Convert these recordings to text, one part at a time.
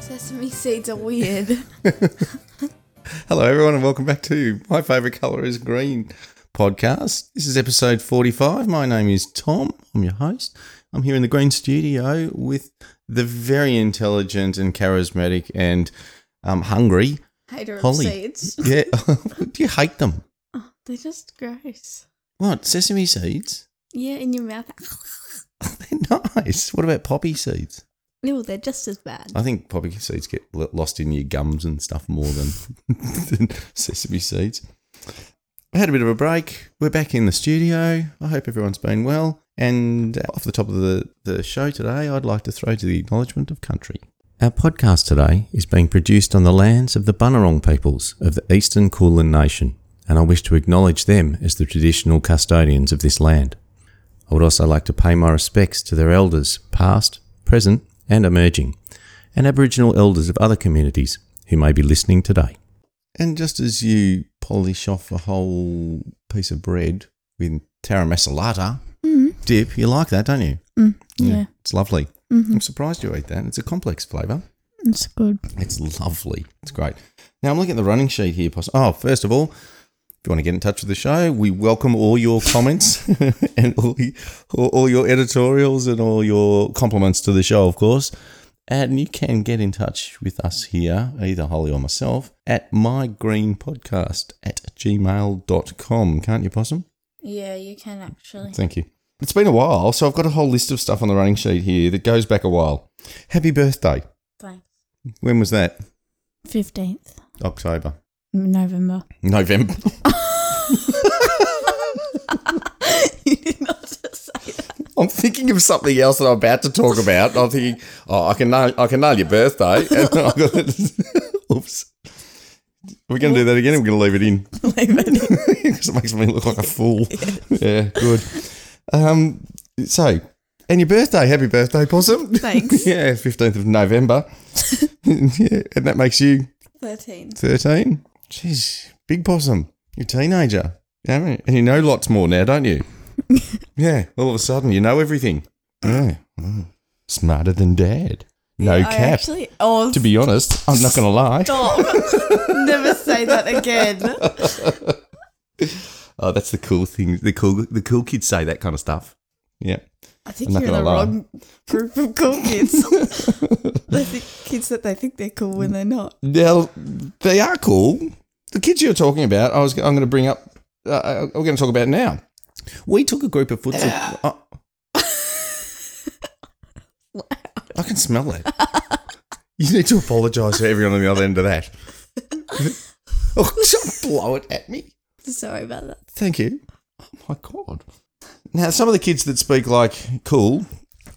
Sesame seeds are weird. Hello, everyone, and welcome back to My Favorite Color is Green podcast. This is episode 45. My name is Tom. I'm your host. I'm here in the Green Studio with the very intelligent and charismatic and um, hungry. Hater of Holly. seeds. Yeah. Do you hate them? Oh, they're just gross. What? Sesame seeds? Yeah, in your mouth. They're nice. What about poppy seeds? No, they're just as bad. I think poppy seeds get lo- lost in your gums and stuff more than, than sesame seeds. I had a bit of a break. We're back in the studio. I hope everyone's been well. And off the top of the, the show today, I'd like to throw to the acknowledgement of country. Our podcast today is being produced on the lands of the Bunurong peoples of the Eastern Kulin Nation, and I wish to acknowledge them as the traditional custodians of this land. I would also like to pay my respects to their elders, past, present, and emerging, and Aboriginal elders of other communities who may be listening today. And just as you polish off a whole piece of bread with taramasalata dip, you like that, don't you? Yeah, It's lovely. I'm surprised you ate that. It's a complex flavour. it's good. It's lovely. It's great. Now I'm looking at the running sheet here. Poss- oh, first of all, if you want to get in touch with the show, we welcome all your comments and all, y- all, all your editorials and all your compliments to the show, of course. And you can get in touch with us here, either Holly or myself, at mygreenpodcast at gmail.com. Can't you, Possum? Yeah, you can actually. Thank you. It's been a while, so I've got a whole list of stuff on the running sheet here that goes back a while. Happy birthday. Thanks. When was that? 15th October. November. November. you did not just say that. I'm thinking of something else that I'm about to talk about. and I'm thinking, oh, I can nail, I can nail your birthday. And then I got- Oops. We're going to do that again. We're going to leave it in Leave it. because it makes me look like a fool. Yeah, good. Um, so, and your birthday, happy birthday, Possum. Thanks. yeah, 15th of November. yeah, and that makes you 13. 13. Jeez, big possum. You're a teenager. You know, and you know lots more now, don't you? yeah, all of a sudden you know everything. Yeah. Mm. Smarter than dad. No I cap. actually. Oh, to be honest, I'm not going to lie. stop. Never say that again. Oh, that's the cool thing. The cool the cool kids say that kind of stuff. Yeah. I think I'm not you're in the gonna lie. wrong group of cool kids. they think kids that they think they're cool when they're not. Now, they are cool. The kids you're talking about, I was I'm going to bring up uh, we're going to talk about now. We took a group of football. oh. I can smell it. You need to apologise to everyone on the other end of that. oh, don't blow it at me. Sorry about that. Thank you. Oh my god. Now, some of the kids that speak like cool,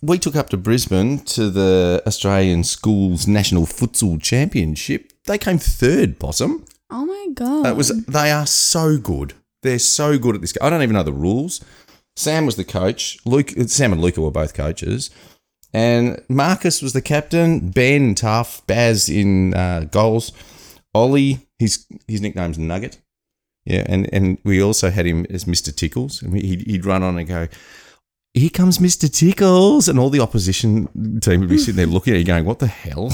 we took up to Brisbane to the Australian Schools National Futsal Championship. They came third, possum. Oh my god. That was they are so good. They're so good at this. ga- I don't even know the rules. Sam was the coach. Luke, Sam and Luca were both coaches, and Marcus was the captain. Ben tough. Baz in uh, goals. Ollie, his his nickname's Nugget. Yeah, and and we also had him as Mister Tickles. And he'd, he'd run on and go. Here comes Mr. Tickles, and all the opposition team would be sitting there looking at you, going, "What the hell?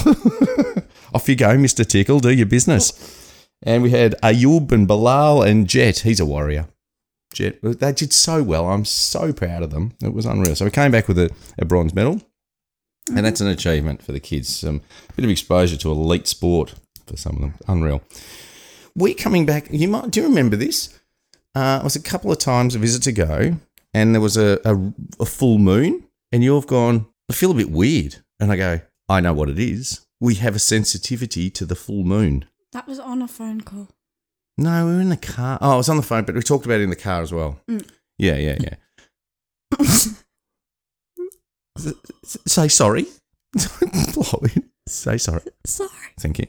Off you go, Mr. Tickle, do your business." And we had Ayub and Bilal and Jet. He's a warrior. Jet. They did so well. I'm so proud of them. It was unreal. So we came back with a, a bronze medal. And that's an achievement for the kids. Some bit of exposure to elite sport for some of them. Unreal. We coming back. You might do you remember this? Uh, it was a couple of times a visit ago, and there was a, a, a full moon, and you've gone. I feel a bit weird, and I go. I know what it is. We have a sensitivity to the full moon. that was on a phone call. No, we were in the car. Oh, I was on the phone, but we talked about it in the car as well. Yeah, yeah, yeah. S- s- Say sorry. Blow it. Say sorry. Sorry. Thank you.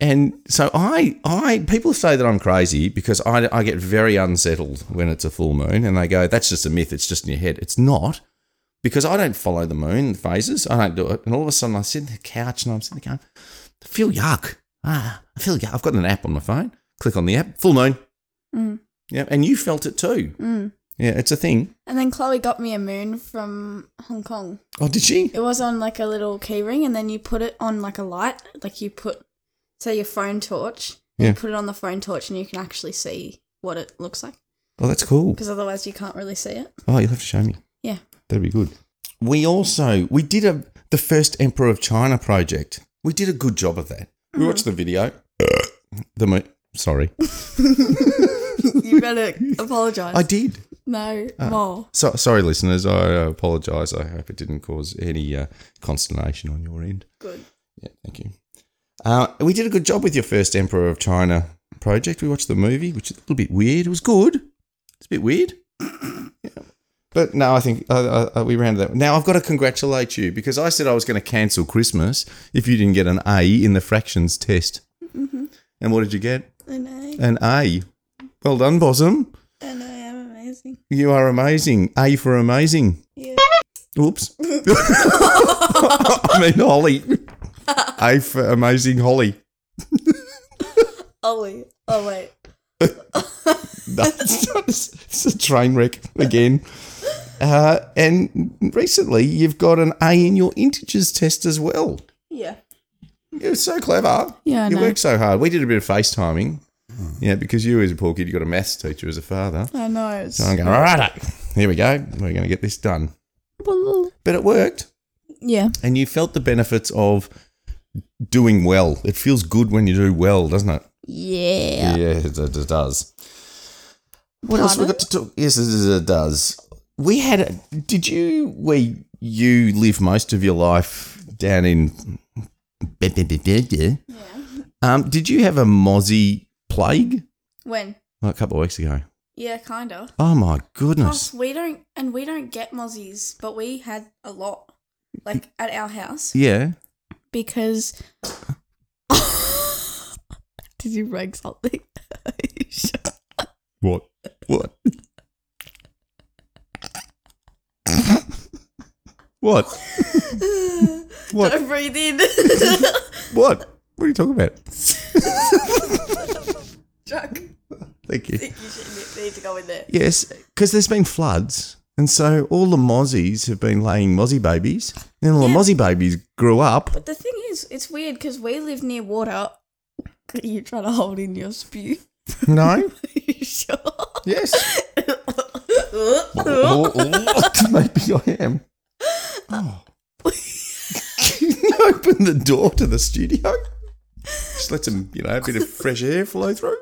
And so I, I people say that I'm crazy because I, I get very unsettled when it's a full moon, and they go, "That's just a myth. It's just in your head. It's not." Because I don't follow the moon phases, I don't do it, and all of a sudden I sit on the couch and I'm sitting there going, "I feel yuck. Ah, I feel yuck." I've got an app on my phone. Click on the app. Full moon. Mm. Yeah, and you felt it too. Mm. Yeah, it's a thing. And then Chloe got me a moon from Hong Kong. Oh, did she? It was on like a little key ring, and then you put it on like a light. Like you put, say, your phone torch. Yeah. You put it on the phone torch, and you can actually see what it looks like. Oh, that's cool. Because otherwise, you can't really see it. Oh, you'll have to show me. Yeah. That'd be good. We also we did a the first Emperor of China project. We did a good job of that. We watched the video. the mo- sorry, you better apologize. I Ah. did. no more. So, sorry, listeners. I apologise. I hope it didn't cause any uh, consternation on your end. Good. Yeah, thank you. Uh, we did a good job with your first Emperor of China project. We watched the movie, which is a little bit weird. It was good. It's a bit weird. yeah. But no, I think uh, uh, uh, we rounded that. Now I've got to congratulate you because I said I was going to cancel Christmas if you didn't get an A in the fractions test. And what did you get? I know. An A. Well done, Bosom. I know. I'm amazing. You are amazing. A for amazing. Yeah. Oops. I mean, Holly. A for amazing Holly. Ollie. Oh wait. No, it's, not, it's, it's a train wreck again. Uh, and recently, you've got an A in your integers test as well. Yeah. You're so clever. Yeah, I you know. work so hard. We did a bit of FaceTiming. Yeah, because you, as a poor kid, you got a maths teacher as a father. I know. It's I'm going, all right, here we go. We're going to get this done. But it worked. yeah. And you felt the benefits of doing well. It feels good when you do well, doesn't it? Yeah. Yeah, it, it does. What else we Pardon? got to talk? Yes, it, it- it does. We had. A, did you? We you live most of your life down in. Um, did you have a mozzie plague When? Like a couple of weeks ago? Yeah, kind of. Oh my goodness! Plus, we don't, and we don't get mozzies, but we had a lot, like at our house, Yeah. because. Did you break something? What? What? what? What? Don't breathe in. What? What are you talking about? Chuck, Thank you. you should need to go in there. Yes, because there's been floods. And so all the mozzies have been laying mozzie babies. And all Yeah. the mozzie babies grew up. But the thing is, it's weird because we live near water. Are you trying to hold in your spew? No? Are you sure? yes. Or- or- Oh, Maybe I am. Oh. Can you open the door to the studio? Just let some, you know, a bit of fresh air flow through.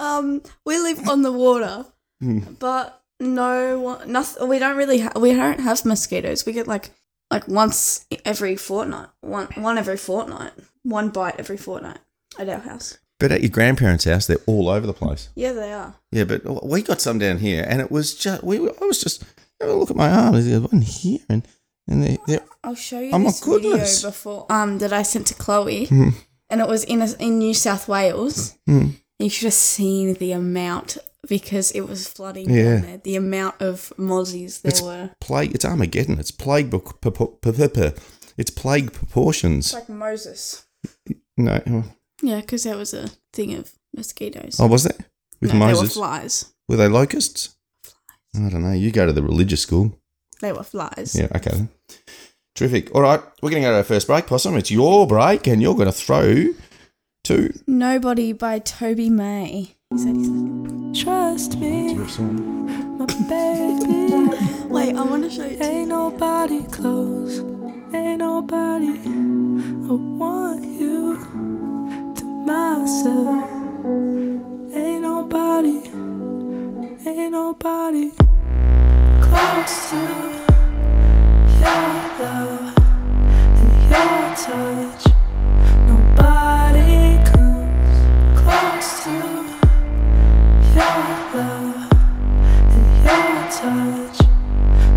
um, we live on the water, Hmm. but no one, nothing. We don't really, ha- we don't have mosquitoes. We get like, like once every fortnight, one, one every fortnight, one bite every fortnight at our house. But at your grandparents' house, they're all over the place. Yeah, they are. Yeah, but we got some down here, and it was just, we were, I was just, have a look at my arm. There's one here, and, and they, they're I'll show you Oh my this video goodness. Hmm. before um that I sent to Chloe, and it was in a, in New South Wales. You should have seen the amount because it was flooding Yeah. down there. The amount of mozzies there were. plague. It's Armageddon. It's plague. pro- pro- pro- pro- pro- pro- It's plague proportions. like Moses. No, oh, Yeah, because there was a thing of mosquitoes. oh, was that with no, they were Moses? Were, flies. they locusts? I don't know. You go to the religious school. They were flies. Yeah. Okay. then. Terrific. All right, we're going to go to our first break, Possum. It's your break, and you're going to throw to Nobody by Toby May. He said he's Trust me, your song. my baby. Wait, I want to show you. Ain't nobody close. Ain't nobody. I want you to myself. Ain't nobody. Ain't nobody close to your love and your touch. Nobody comes close to your love and your touch.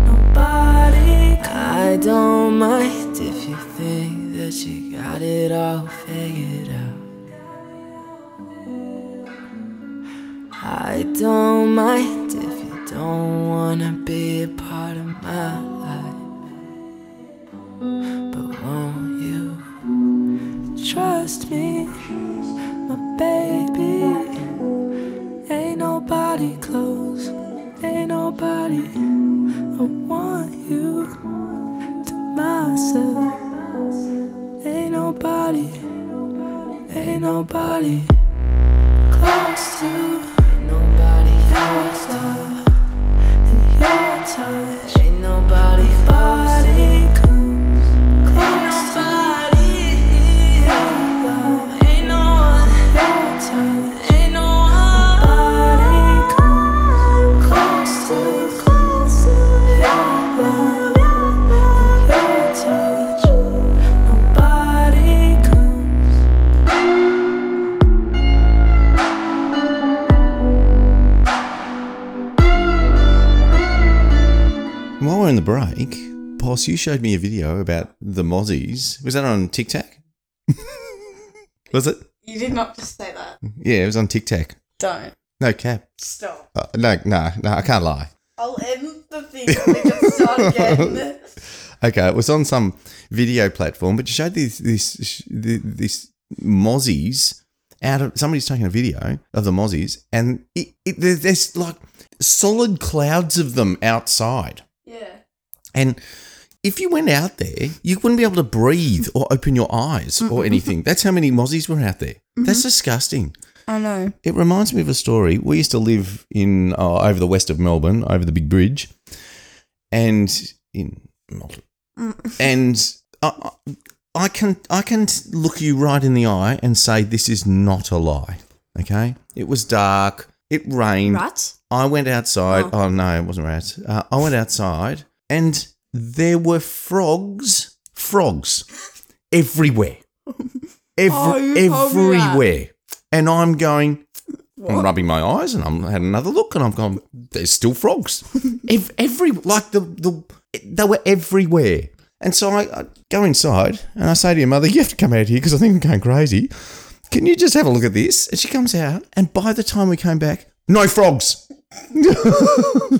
Nobody I don't mind if you think that you got it all figured out. I don't mind if you don't wanna be a part of my life. But won't you? Trust me, my baby. Ain't nobody close. Ain't body. I want you to myself. Ain't nobody, ain't nobody close to Ain't nobody your else. love and your touch. Ain't nobody else. Body comes close to Nobody. your love, Ain't no one. your touch. Ain't no one. Body comes close to your love, your touch. Nobody comes. While we're in the break, Boss, you showed me a video about the mozzies. Was that on TikTok? was it? You did not just say that. Yeah, it was on TikTok. Don't. No cap. Stop. Uh, no, no, no, I can't lie. I'll end the thing and we can start again. Okay, it was on some video platform, but you showed this this this mozzies out of somebody's taking a video of the mozzies, and it, it, there's, there's like solid clouds of them outside, Yeah. and if you went out there, you wouldn't be able to breathe or open your eyes Mm-hmm. or anything. That's how many mozzies were out there. That's disgusting. I know. It reminds me of a story. We used to live in uh, over the west of Melbourne, over the big bridge, and in Melbourne. And I, I- I can I can look you right in the eye and say this is not a lie. Okay, it was dark. It rained. Rats? I went outside. Oh, no, it wasn't rats. Uh, I went outside, and there were frogs, frogs everywhere, Every, Oh, you told me that. everywhere. And I'm going. I'm rubbing my eyes, and I'm had another look, and I'm going. There's still frogs. Ev- every like the the they were everywhere. And so I, I go inside, and I say to your mother, "You have to come out here because I think I'm going crazy." Can you just have a look at this? And she comes out, and by the time we came back, no frogs.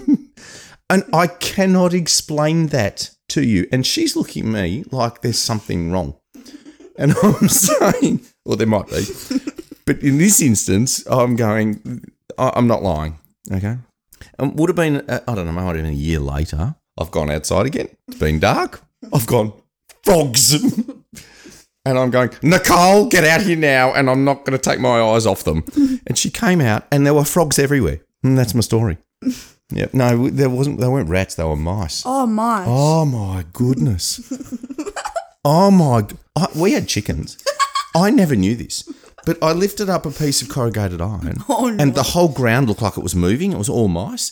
and I cannot explain that to you. And she's looking at me like there's something wrong. And I'm saying, well, there might be. But in this instance, I'm going, I- I'm not lying. Okay. Um, would have been, uh, I don't know, might have been a year later. I've gone outside again. It's been dark. I've gone, frogs. and I'm going, Nicole, get out here now. And I'm not going to take my eyes off them. and she came out, and there were frogs everywhere. And that's my story. Yep. No, there wasn't. They weren't rats. They were mice. Oh my. Oh my goodness. oh my. g- I, we had chickens. I never knew this, but I lifted up a piece of corrugated iron, Oh, no. and the whole ground looked like it was moving. It was all mice,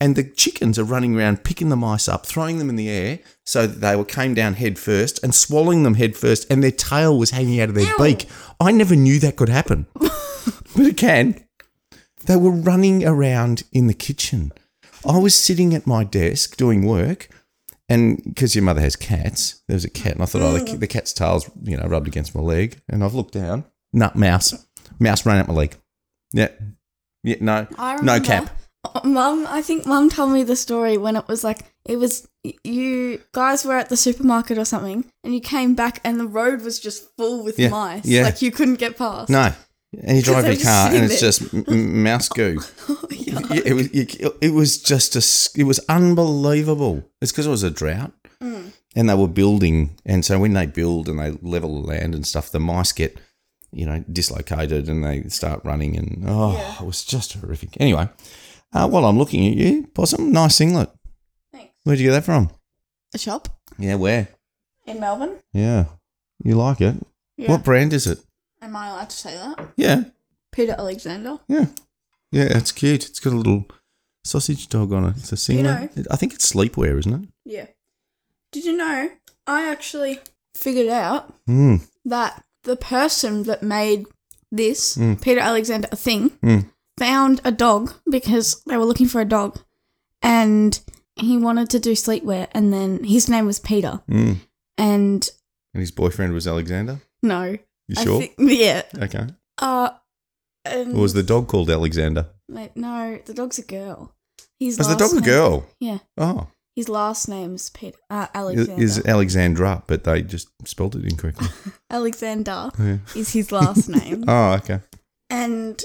and the chickens are running around picking the mice up, throwing them in the air, so that they were came down head first and swallowing them head first, and their tail was hanging out of their beak. I never knew that could happen, but it can. They were running around in the kitchen. I was sitting at my desk doing work, and because your mother has cats, there was a cat, and I thought, oh, Mm. the, the cat's tail's you know rubbed against my leg, and I've looked down. No, mouse, mouse ran up my leg. Yeah, yeah, no, I no remember. cap. Mum, I think Mum told me the story when it was like it was y- you guys were at the supermarket or something, and you came back and the road was just full with Yeah, mice. yeah. Like you couldn't get past. No, and you drive they're your just car, sitting and it's there. just m- m- mouse goo. Oh, Yeah. Yeah, it was it, it was just a s- it was unbelievable. It's because it was a drought, and they were building, and so when they build and they level the land and stuff, the mice get you know dislocated and they start running, and oh, it was just horrific. Anyway, uh, while I'm looking at you, possum, nice singlet. Thanks. Where'd you get that from? A shop Yeah, where? in Melbourne. Yeah, you like it. Yeah. What brand is it? Am I allowed to say that? Yeah, Peter Alexander. yeah, yeah. It's cute. It's got a little sausage dog on it. It's a singlet. I think it's sleepwear, isn't it? Yeah. Did you know I actually figured out Hmm. that the person that made this Peter Alexander a thing Mm. found a dog because they were looking for a dog and he wanted to do sleepwear and then his name was Peter Mm. and And his boyfriend was Alexander. no You I sure? thi- Mm. yeah okay. uh and Or was the dog called Alexander? like, no the dog's a girl his Was the last dog a name- girl? yeah Oh, his last name's Peter uh, is, Alexander is Alexandra, but they just spelled it incorrectly. Alexander Yeah. is his last name Oh, okay. and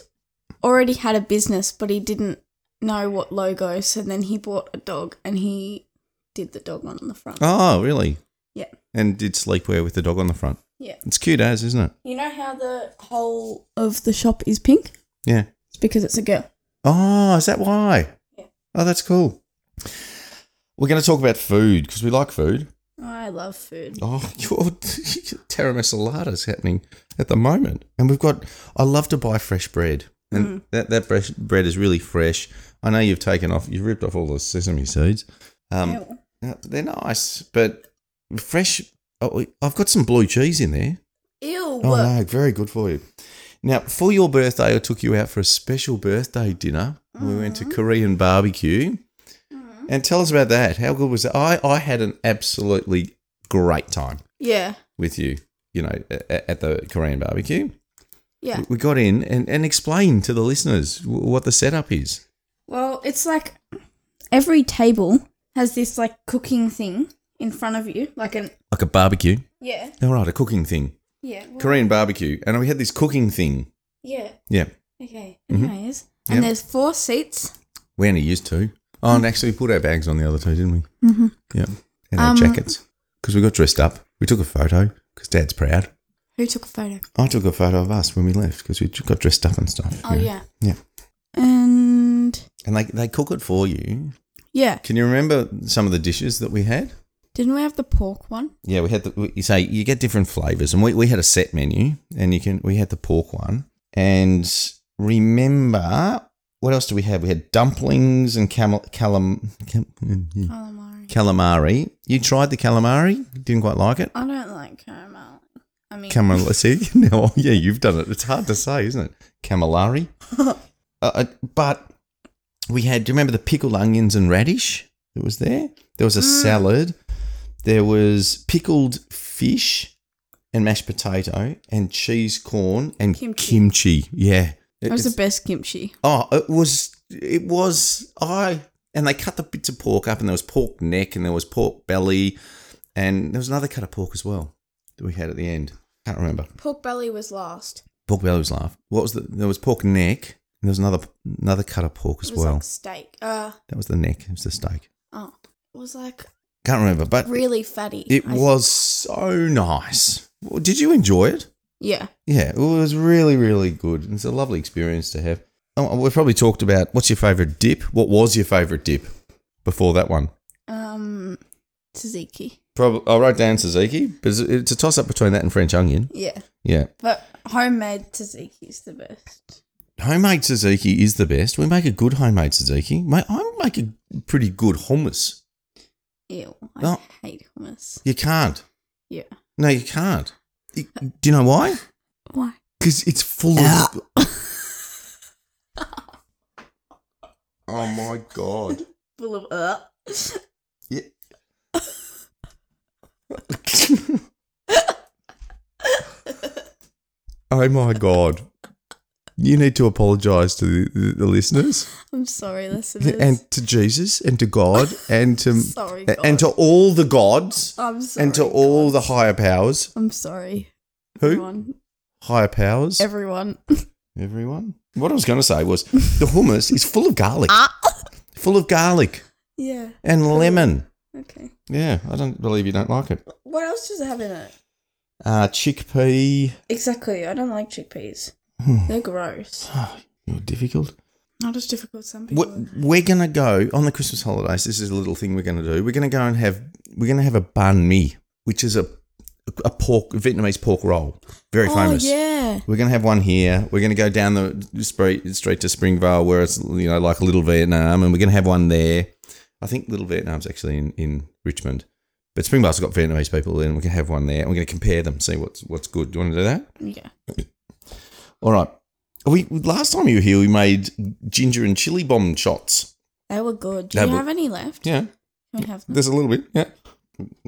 already had a business, but he didn't know what logo, so then he bought a dog and he did the dog one on the front. Oh, really? Yeah. And did sleepwear with the dog on the front. Yeah. It's cute as, isn't it? You know how the whole of the shop is pink? Yeah. It's because it's a girl. Oh, is that why? Yeah. Oh, that's cool. We're going to talk about food because we like food. I love food. Oh, your tiramisulada's happening at the moment, and we've got. I love to buy fresh bread, and that that fresh bread is really fresh. I know you've taken off, you've ripped off all the sesame seeds. Um, Ew. they're nice, but fresh. Oh, I've got some blue cheese in there. Ew. Oh no, very good for you. Now, for your birthday, I took you out for a special birthday dinner. We went to Korean barbecue. And tell us about that. How good was that? I, I had an absolutely great time Yeah. with you, you know, at, at the Korean barbecue. Yeah. We got in and, and explained to the listeners w- what the setup is. Well, it's like every table has this like cooking thing in front of you, like an Like a barbecue. yeah, All right, a cooking thing. yeah, well, Korean barbecue. And we had this cooking thing. yeah. Yeah. Okay. Mhm. Anyways, and Yep. there's four seats. We only used two. Oh, and actually, we put our bags on the other two, didn't we? Mhm. Yeah. And our Um, jackets. Because we got dressed up. We took a photo because Dad's proud. Who took a photo? I took a photo of us when we left because we got dressed up and stuff. Oh you know. yeah. Yeah. And And they, they cook it for you. yeah, Can you remember some of the dishes that we had? didn't we have the pork one? Yeah, we had the, we- you say you get different flavors, and we, we had a set menu, and you can we had the pork one, and remember what else do we have? We had dumplings and camel calam, cam, Calamari. calamari. You tried the calamari, didn't quite like it. I don't like caramel. I mean, Camal, see now, yeah, you've done it. It's hard to say, isn't it? Camalari. uh, uh, but we had. Do you remember the pickled onions and radish that was there? There was a salad. There was pickled fish and mashed potato and cheese corn and Kimchi. kimchi. Yeah, it It- was the it's- best kimchi. Oh, it was. It was. I and they cut the bits of pork up, and there was pork neck, and there was pork belly, and there was another cut of pork as well that we had at the end. Can't remember. Pork belly was last. Pork belly was laugh. What was the? There was pork neck. And there was another another cut of pork as It was well. like steak. Uh that was the neck. It was the steak. oh, it was like Can't remember, but really fatty. it I- was so nice. Well, Did you enjoy it? Yeah. Yeah, it was really, really good. It's a lovely experience to have. Oh, we've probably talked about what's your favourite dip? What was your favourite dip before that one? Um, tzatziki. Probably, I wrote down tzatziki, but it's- it's a toss up between that and French onion. Yeah, Yeah. but homemade tzatziki is the best. Homemade tzatziki is the best. We make a good homemade tzatziki. Mate, I make a pretty good hummus. Ew, I No. hate hummus. You can't. Yeah. No, you can't. You- do you know why? Why? Because it's full of. oh my god. Full of uh. Yeah. oh my god. You need to apologize to the, the, the listeners I'm sorry, listeners. and to Jesus and to God and to Sorry, and to God. all the gods I'm sorry. and to all the God. higher powers. I'm sorry. Who? Everyone. Higher powers? Everyone. Everyone. What I was going to say was the hummus is full of garlic. Ah. Full of garlic yeah. and lemon. Okay. Yeah, I don't believe you don't like it. What else does it have in it? Uh, chickpea. Exactly. I don't like chickpeas. Hmm. They're gross. Oh, you're difficult. Not as difficult as some people. What, we're gonna go on the Christmas holidays. This is a little thing we're gonna do. We're gonna go and have. We're gonna have a banh mi, which is a a pork Vietnamese pork roll, very famous. Oh yeah. We're gonna have one here. We're gonna go down the street straight to Springvale, where it's you know like Little Vietnam, and we're gonna have one there. I think Little Vietnam's actually in, in Richmond, but Springvale's got Vietnamese people in. We're gonna have one there, and we're gonna compare them, see what's what's good. Do you want to do that? Yeah. All right. We last time you were here, we made ginger and chili bomb shots. They were good. Do They you were- have any left? Yeah, I have them. there's a little bit. Yeah.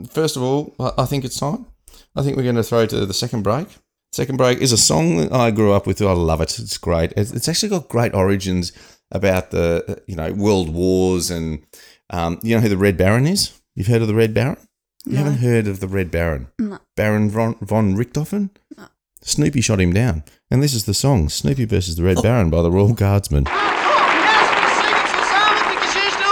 First of all, I- I think it's time. I think we're going to throw to the second break. Second break is a song that I grew up with. I love it. It's great. It's it's actually got great origins about the uh, you know world wars and um, you know who the Red Baron is. You've heard of the Red Baron? You haven't heard of the Red Baron? No. Baron von, von Richthofen. No. Snoopy shot him Oh. down, and this is the song "Snoopy versus the Red Baron" by the Royal Guardsmen. National Singers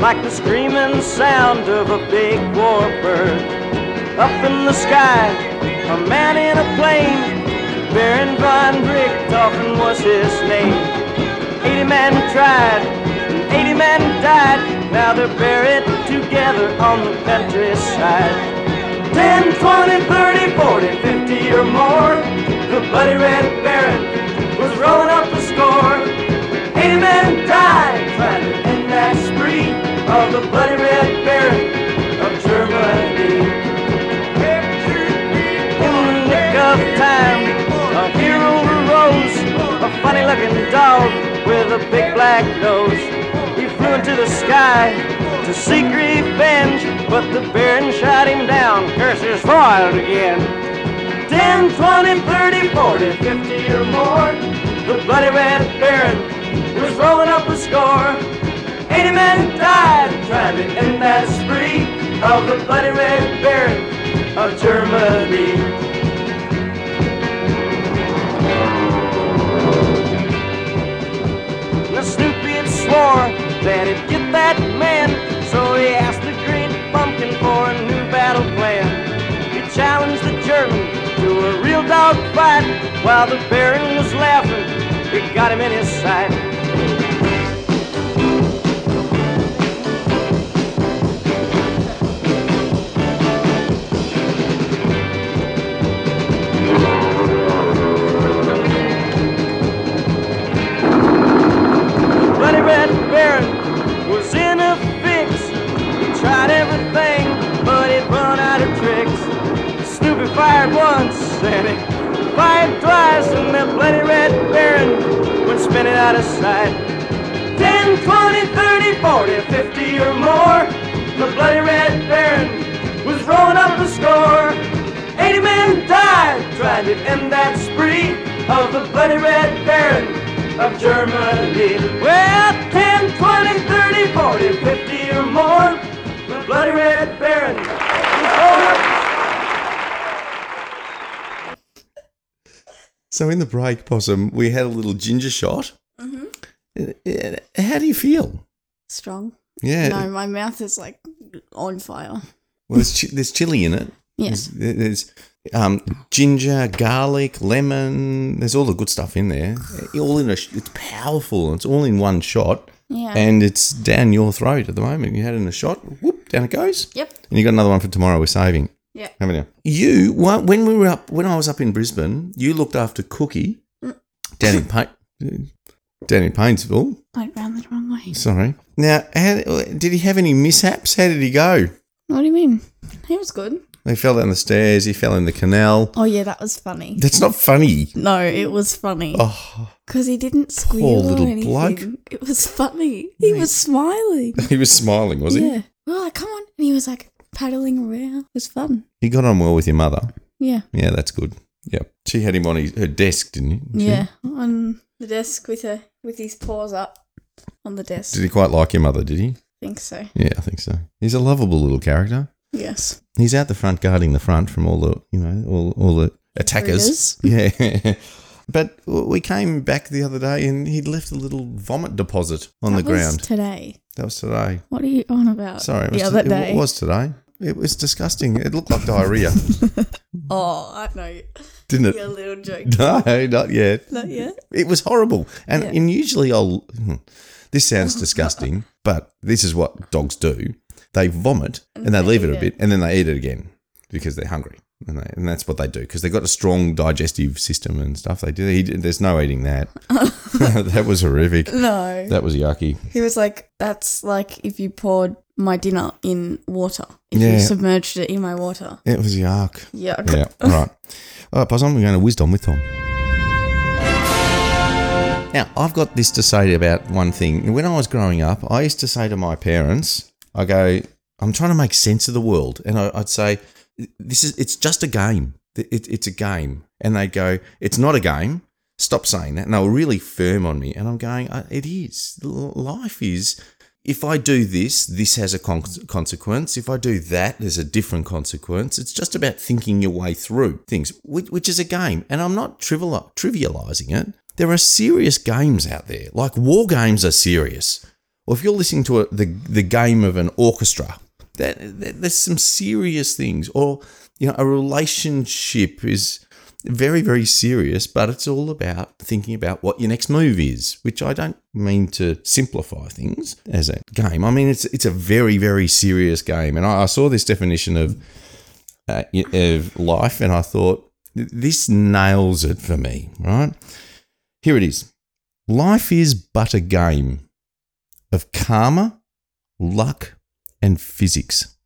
like the screaming sound of a big warbird. Up in the sky, a man in a plane, Baron von Richthofen was his name. Eighty men tried, and eighty men died. Now they're buried together on the countryside. 10, 20, 30, 40, 50 or more. The bloody red baron was rolling up the score. Eighty men died trying to end that spree of the bloody red baron of Germany. In the nick of time, a hero arose, a funny-looking dog with a big black nose. He flew into the sky to seek revenge, but the baron shot him down. Curses foiled again. 10, 20, 30, 40, 50 or more. The bloody red baron was rolling up the score. 80 men died trying to end that spree of the bloody red baron of Germany. Now Snoopy had swore that he'd get that man, so he asked the Green Pumpkin for a new battle plan. He challenged the German to a real dog fight while the Baron was laughing. It got him in his sight. Bloody Red Baron was in a fix. He tried everything, but he'd run out of tricks. Snoopy fired once, and he fired twice, and that Bloody Red Baron went spinning out of sight. 10, 20, 30, 40, 50 or more. The Bloody Red Baron was rolling up the score. 80 men died trying to end that spree of the Bloody Red Baron of Germany. Well, 10, 20, 30, 40, 50 or more, the Bloody Red Baron. So in the break, Possum, we had a little ginger shot. Mm-hmm. Uh, uh, How do you feel? Strong. Yeah. No, my mouth is like on fire. Well, there's, chi- there's chili in it. Yes. There- There's um, ginger, garlic, lemon. There's all the good stuff in there. All in a. sh- It's powerful. It's all in one shot, Yeah. and it's down your throat at the moment. You had it in a shot. Whoop, down it goes. yep. And you got another one for tomorrow. We're saving, Yeah. haven't you? You wh- when we were up when I was up in Brisbane, you looked after Cookie Mm. down in pa- down in Painesville. Went round the wrong way. Sorry. Now, how, did he have any mishaps? How did he go? What do you mean? He was good. They fell down the stairs. He fell in the canal. Oh yeah, that was funny. That's not funny. No, it was funny Oh, because he didn't squeal little or anything. bloke. It was funny. He was smiling. he was smiling, was he? Yeah. We were like, come on, and he was like paddling around. It was fun. He got on well with your mother. Yeah. Yeah, that's good. Yep. She had him on his, her desk, didn't he? She- Yeah. On the desk with her with his paws up on the desk. Did he quite like your mother, did he? I think so. Yeah, I think so. He's a lovable little character. Yes. He's out the front guarding the front from all the, you know, all, all the attackers. Yeah. but we came back the other day and he'd left a little vomit deposit on That the was ground. today. That was today. What are you on about? Sorry, it was the other it wa- day. was today. It was disgusting. It looked like diarrhea, Oh, I know. didn't Your it? little joke. No, not yet. Not yet. It was horrible. And, Yeah. and usually I'll. hmm, This sounds disgusting, but this is what dogs do. They vomit and, they, leave it a bit and then they eat it again because they're hungry. And, they, and that's what they do because they've got a strong digestive system and stuff. They do. He, did- there's no eating that. that was horrific. No. That was yucky. He was like, that's like if you poured my dinner in water. If Yeah. you submerged it in my water. It was yuck. Yeah. Yeah. All right. All right, Possum, we're going to wisdom with Tom. Now, I've got this to say about one thing. When I was growing up, I used to say to my parents, I go, I'm trying to make sense of the world. And I, I'd say, this is, it's just a game. It, it's a game. And they go, it's not a game. Stop saying that. And they were really firm on me. And I'm going, "Uh, it is. L- Life is, if I do this, this has a con- consequence. If I do that, there's a different consequence. It's just about thinking your way through things, which, which is a game. And I'm not trivial- trivializing it. There are serious games out there. Like war games are serious. or if you're listening to a, the the game of an orchestra, that, that there's some serious things, or you know, a relationship is very very serious, but it's all about thinking about what your next move is. Which I don't mean to simplify things as a game. I mean it's it's a very very serious game, and I, I saw this definition of uh, i- of life, and I thought this nails it for me. Right here it is. Life is but a game of karma, luck, and physics.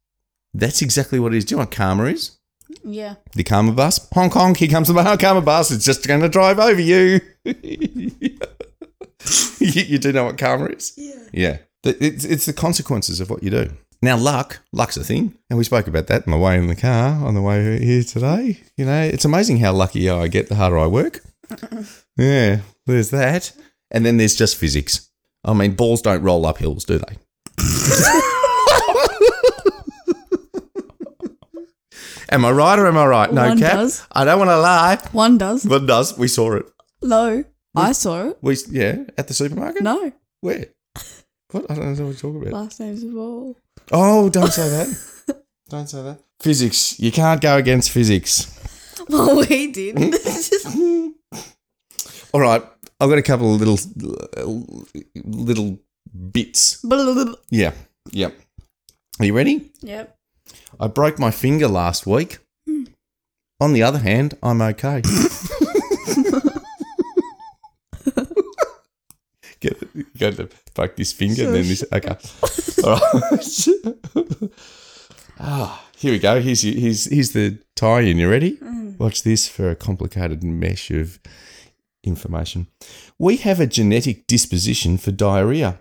That's exactly what it is. Do you know what karma is? Yeah. The karma bus. Hong Kong, here comes the karma bus. It's just going to drive over you. you. you do know what karma is? Yeah. Yeah. Th- It's, it's the consequences of what you do. Now, luck, luck's a thing. And we spoke about that on the way in the car on the way here today. You know, it's amazing how lucky I get the harder I work. Yeah, there's that. And then there's just physics. I mean, balls don't roll up hills, do they? am I right or am I right? No, One Kat. does. I don't want to lie. One does. One does. We saw it. No. I saw it. We yeah, at the supermarket. No. Where? What? I don't know what you're talking about. Last name's Wall. Oh, don't say that. don't say that. Physics. You can't go against physics. Well, we did. It's just- All right, I've got a couple of little little bits. Yeah, yeah. Are you ready? yep. I broke my finger last week. On the other hand, I'm okay. Get you got to break this finger and then this. Okay, all right. ah, here we go. Here's your, here's here's the tie-in. You ready? Watch this for a complicated mesh of information. We have a genetic disposition for diarrhea.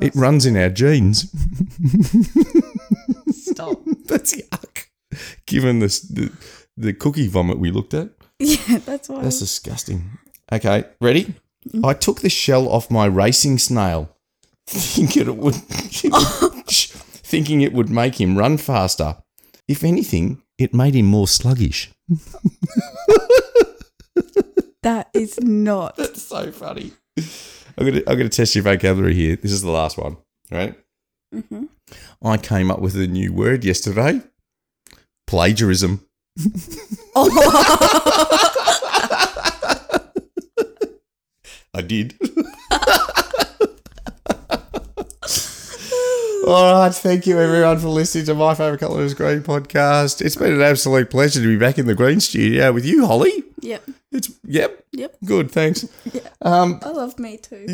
It runs in our genes. Stop. That's yuck. Given this, the, the cookie vomit we looked at. Oh. Yeah, that's why. That's disgusting. Okay, ready? I took the shell off my racing snail, thinking it would, thinking it would make him run faster. If anything, it made him more sluggish. that is not. That's so funny. I'm gonna, I'm gonna test your vocabulary here. This is the last one, right? Mm-hmm. I came up with a new word yesterday: plagiarism. Oh. I did. All right, thank you everyone for listening to my favorite color is green podcast. It's been an absolute pleasure to be back in the green studio with you, Holly. Yep. It's yep, Yep. good, thanks. Um, I love me too.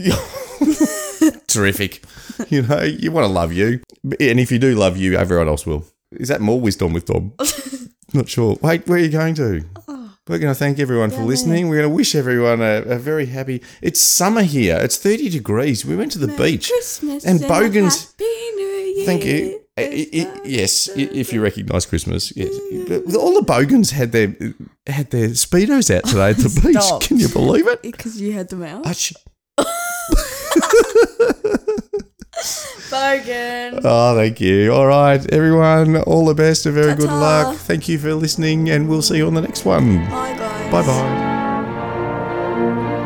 terrific. You know, you want to love you. And if you do love you, everyone else will. Is that more wisdom with Tom? Not sure. Wait, where are you going to? Oh. We're going to thank everyone for listening. We're going to wish everyone a, a very happy. It's summer here. It's 30 degrees. We went to the beach. Christmas And a Bogan's- Happy New Year. Thank you. I- I- I- yes, i- if you recognise Christmas, yes. Mm. But All the bogans had their had their speedos out today at the Stop. beach. Can you believe it? Because you had them out. Hush. Bogan. Oh, thank you. All right, everyone, all the best and very good Ta-ta. luck. Thank you for listening, and we'll see you on the next one. Bye, guys. Bye bye. Thank